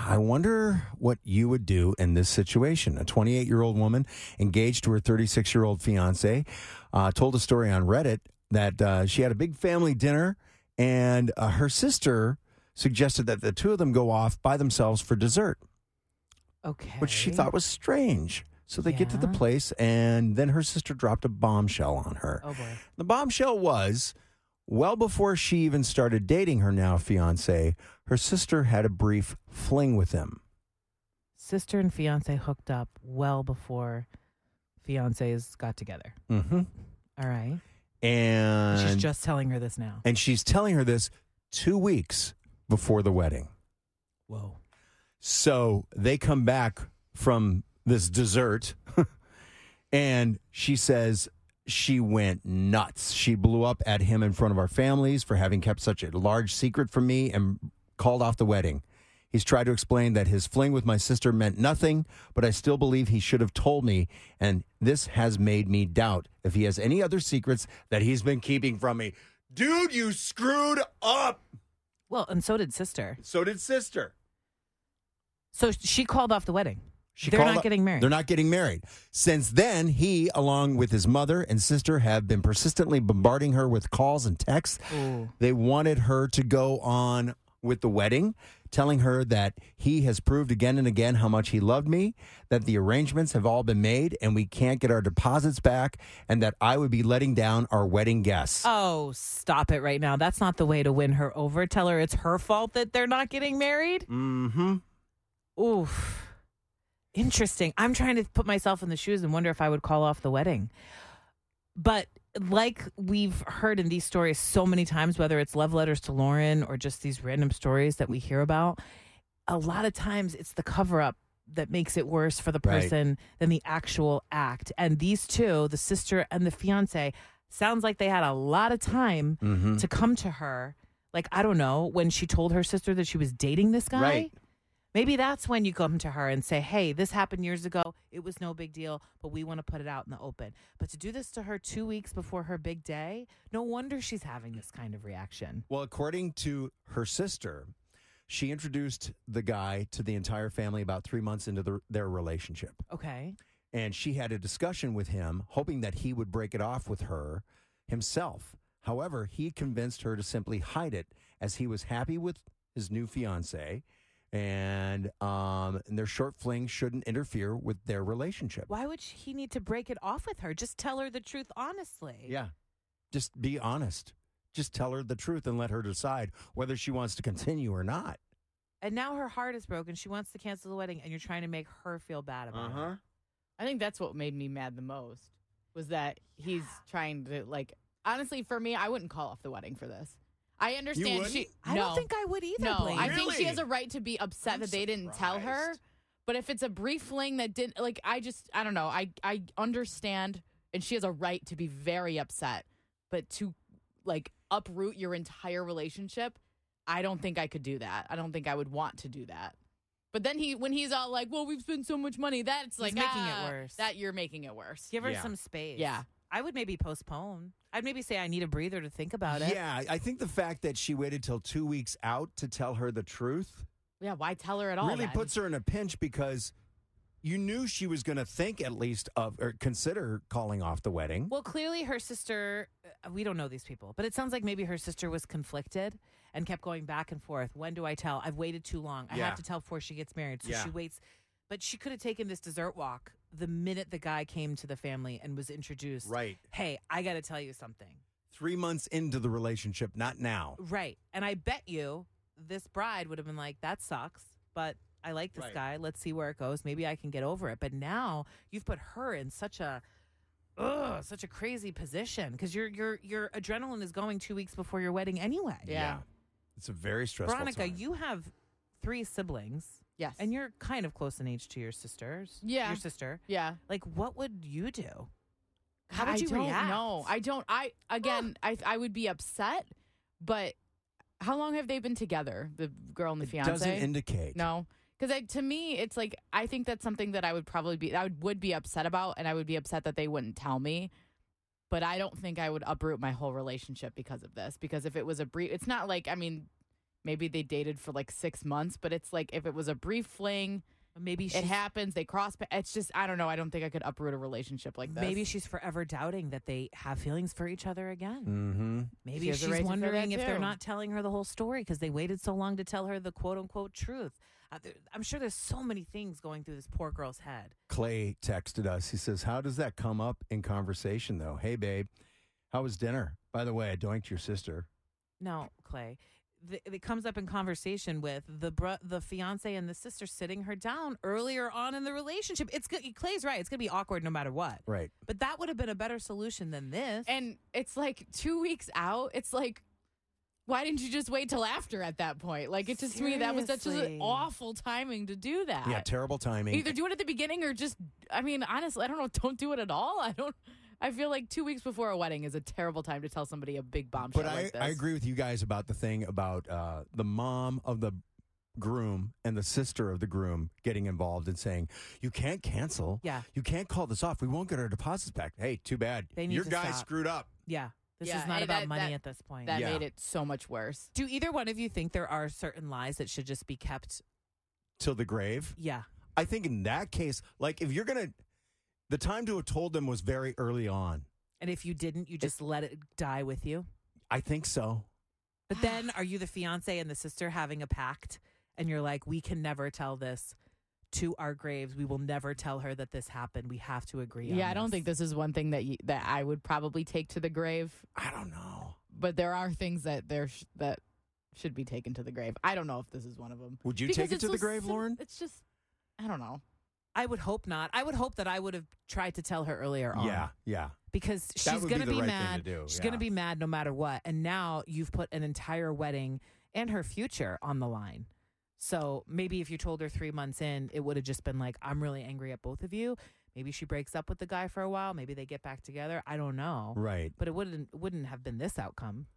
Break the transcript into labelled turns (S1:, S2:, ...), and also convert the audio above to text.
S1: I wonder what you would do in this situation. A 28 year old woman engaged to her 36 year old fiance uh, told a story on Reddit that uh, she had a big family dinner and uh, her sister suggested that the two of them go off by themselves for dessert,
S2: Okay.
S1: which she thought was strange. So they get to the
S2: Yeah.
S1: place and then her sister dropped a bombshell on her.
S2: Oh boy.
S1: The bombshell was well before she even started dating her now fiance, her sister had a brief fling with him.
S2: Sister and fiance hooked up well before fiancés got together.
S1: hmm
S2: All right.
S1: And
S2: She's just telling her this now.
S1: and she's telling her this two weeks before the wedding.
S2: Whoa.
S1: So they come back from this dessert, and she says she went nuts. She blew up at him in front of our families for having kept such a large secret from me and called off the wedding. He's tried to explain that his fling with my sister meant nothing, but I still believe he should have told me, and this has made me doubt if he has any other secrets that he's been keeping from me. Dude, you screwed up.
S2: Well, and so did sister.
S1: So did sister.
S2: So she called off the wedding.
S1: She
S2: They're
S1: called
S2: not
S1: up-
S2: getting married.
S1: They're not getting married. Since then, he, along with his mother and sister, have been persistently bombarding her with calls and texts.
S2: Ooh.
S1: They wanted her to go on with the wedding, telling her that he has proved again and again how much he loved me, that the arrangements have all been made and we can't get our deposits back, and that I would be letting down our wedding guests.
S2: Oh, stop it right now. That's not the way to win her over. Tell her it's her fault that they're not getting married.
S1: mm-hmm.
S2: Oof. Interesting. I'm trying to put myself in the shoes and wonder if I would call off the wedding. But like we've heard in these stories so many times, whether it's love letters to Lauren or just these random stories that we hear about, a lot of times it's the cover up that makes it worse for the
S1: Right.
S2: person than the actual act. And these two, the sister and the fiance, sounds like they had a lot of time
S1: Mm-hmm.
S2: to come to her. Like, I don't know, when she told her sister that she was dating this guy.
S1: Right.
S2: Maybe that's when you come to her and say, hey, this happened years ago. It was no big deal, but we want to put it out in the open. But to do this to her two weeks before her big day, no wonder she's having this kind of reaction.
S1: Well, according to her sister, she introduced the guy to the entire family about three months into the, their relationship.
S2: Okay.
S1: And she had a discussion with him, hoping that he would break it off with her himself. However, he convinced her to simply hide it as he was happy with his new fiance. And, um, and their short fling shouldn't interfere with their relationship.
S2: Why would she, he need to break it off with her? Just tell her the truth honestly.
S1: Yeah. Just be honest. Just tell her the truth and let her decide whether she wants to continue or not.
S2: And now her heart is broken. She wants to cancel the wedding, and you're trying to make her feel bad about it.
S3: I think that's what made me mad the most was that he's trying to like. Honestly, for me, I wouldn't call off the wedding for this. I understand
S1: wouldn't?
S3: she.
S2: I
S3: No.
S2: don't think I would either.
S3: No,
S2: Blaine.
S3: I think
S1: Really?
S3: she has a right to be upset
S1: I'm
S3: that they didn't tell her.
S1: surprised.
S3: But if it's a brief fling that didn't, like, I just, I don't know. I, I understand, and she has a right to be very upset. But to, like, uproot your entire relationship, I don't think I could do that. I don't think I would want to do that. But then he, when he's all like, "Well, we've spent so much money," that's like
S2: making it
S3: ah,
S2: worse.
S3: That you're making it worse.
S2: Give her
S1: Yeah.
S2: some space.
S3: Yeah.
S2: I would maybe postpone. I'd maybe say I need a breather to think about it.
S1: Yeah, I think the fact that she waited till two weeks out to tell her the truth
S3: Yeah, why tell her at all?
S1: really
S3: then?
S1: puts her in a pinch because you knew she was going to think at least of or consider calling off the wedding.
S2: Well, clearly her sister, uh, we don't know these people, but it sounds like maybe her sister was conflicted and kept going back and forth. When do I tell? I've waited too long. I
S1: Yeah.
S2: have to tell before she gets married. So
S1: Yeah.
S2: she waits. But she could have taken this dessert walk the minute the guy came to the family and was introduced.
S1: Right.
S2: Hey, I got to tell you something.
S1: Three months into the relationship, not now.
S2: Right. And I bet you this bride would have been like, that sucks, but I like this
S1: Right.
S2: guy. Let's see where it goes. Maybe I can get over it. But now you've put her in such a ugh, such a crazy position because your your your adrenaline is going two weeks before your wedding anyway.
S3: Yeah.
S1: It's a very stressful
S2: Veronica,
S1: time.
S2: you have three siblings
S3: Yes.
S2: and you're kind of close in age to your sisters.
S3: Yeah.
S2: Your sister.
S3: Yeah.
S2: Like what would you do? How would
S3: I
S2: you
S3: don't
S2: react?
S3: know. I don't. I again. I I would be upset. But how long have they been together? The girl and the
S1: It
S3: fiance.
S1: doesn't indicate.
S3: no, because to me, it's like I think that's something that I would probably be. I would, would be upset about, and I would be upset that they wouldn't tell me. But I don't think I would uproot my whole relationship because of this. Because if it was a brief, it's not like I mean. maybe they dated for like six months, but it's like if it was a brief fling,
S2: Maybe
S3: it
S2: she's
S3: happens. They cross. pa- It's just I don't know. I don't think I could uproot a relationship like this.
S2: maybe she's forever doubting that they have feelings for each other again.
S1: Mm-hmm.
S2: Maybe
S3: She has a
S2: she's
S3: right to feel that
S2: wondering if they're
S3: too.
S2: not telling her the whole story because they waited so long to tell her the quote unquote truth. Uh, there- I'm sure there's so many things going through this poor girl's head.
S1: Clay texted us. He says, How does that come up in conversation, though? Hey, babe, how was dinner? By the way, I doinked your sister.
S2: No, Clay. Th- It comes up in conversation with the br- the fiance and the sister sitting her down earlier on in the relationship. It's go- Clay's right. It's gonna be awkward no matter what.
S1: Right.
S2: But that would have been a better solution than this.
S3: and it's like two weeks out. It's like, why didn't you just wait till after at that point? Like it just to me that was such
S2: Seriously.
S3: an awful timing to do that.
S1: Yeah, terrible timing.
S3: Either do it at the beginning or just. I mean, honestly, I don't know. Don't do it at all. I don't. I feel like two weeks before a wedding is a terrible time to tell somebody a big bombshell
S1: but I,
S3: like this.
S1: I agree with you guys about the thing about uh, the mom of the groom and the sister of the groom getting involved and saying, You can't cancel.
S2: Yeah.
S1: You can't call this off. We won't get our deposits back. Hey, too bad.
S2: They need
S1: Your
S2: to
S1: guy
S2: stop.
S1: screwed up.
S2: yeah, this
S3: Yeah,
S2: is not
S3: and
S2: about
S3: that-
S2: money
S3: that-
S2: at this point.
S3: That
S1: Yeah.
S3: made it so much worse.
S2: Do either one of you think there are certain lies that should just be kept?
S1: Till the grave.
S2: Yeah,
S1: I think in that case, like if you're going to, the time to have told them was very early on.
S2: and if you didn't, you just let it die with you.
S1: I think so.
S2: But then, are you the fiance and the sister having a pact, and you're like, we can never tell this to our graves. We will never tell her that this happened. We have to agree.
S3: Yeah,
S2: on
S3: I don't think this is one thing that you, that I would probably take to the grave.
S1: I don't know.
S3: But there are things that there sh- that should be taken to the grave. I don't know if this is one of them.
S1: Would you take it to the grave, Lauren?
S3: It's just I don't know.
S2: I would hope not. I would hope that I would have tried to tell her earlier on.
S1: Yeah, yeah.
S2: because
S1: That
S2: she's
S1: would be
S2: gonna
S1: the
S2: be,
S1: right thing to
S2: mad.
S1: do,
S2: She's
S1: yeah.
S2: gonna be mad no matter what. And now you've put an entire wedding and her future on the line. So maybe if you told her three months in, it would have just been like, "I'm really angry at both of you." Maybe she breaks up with the guy for a while. Maybe they get back together. I don't know,
S1: Right.
S2: but it wouldn't it wouldn't have been this outcome.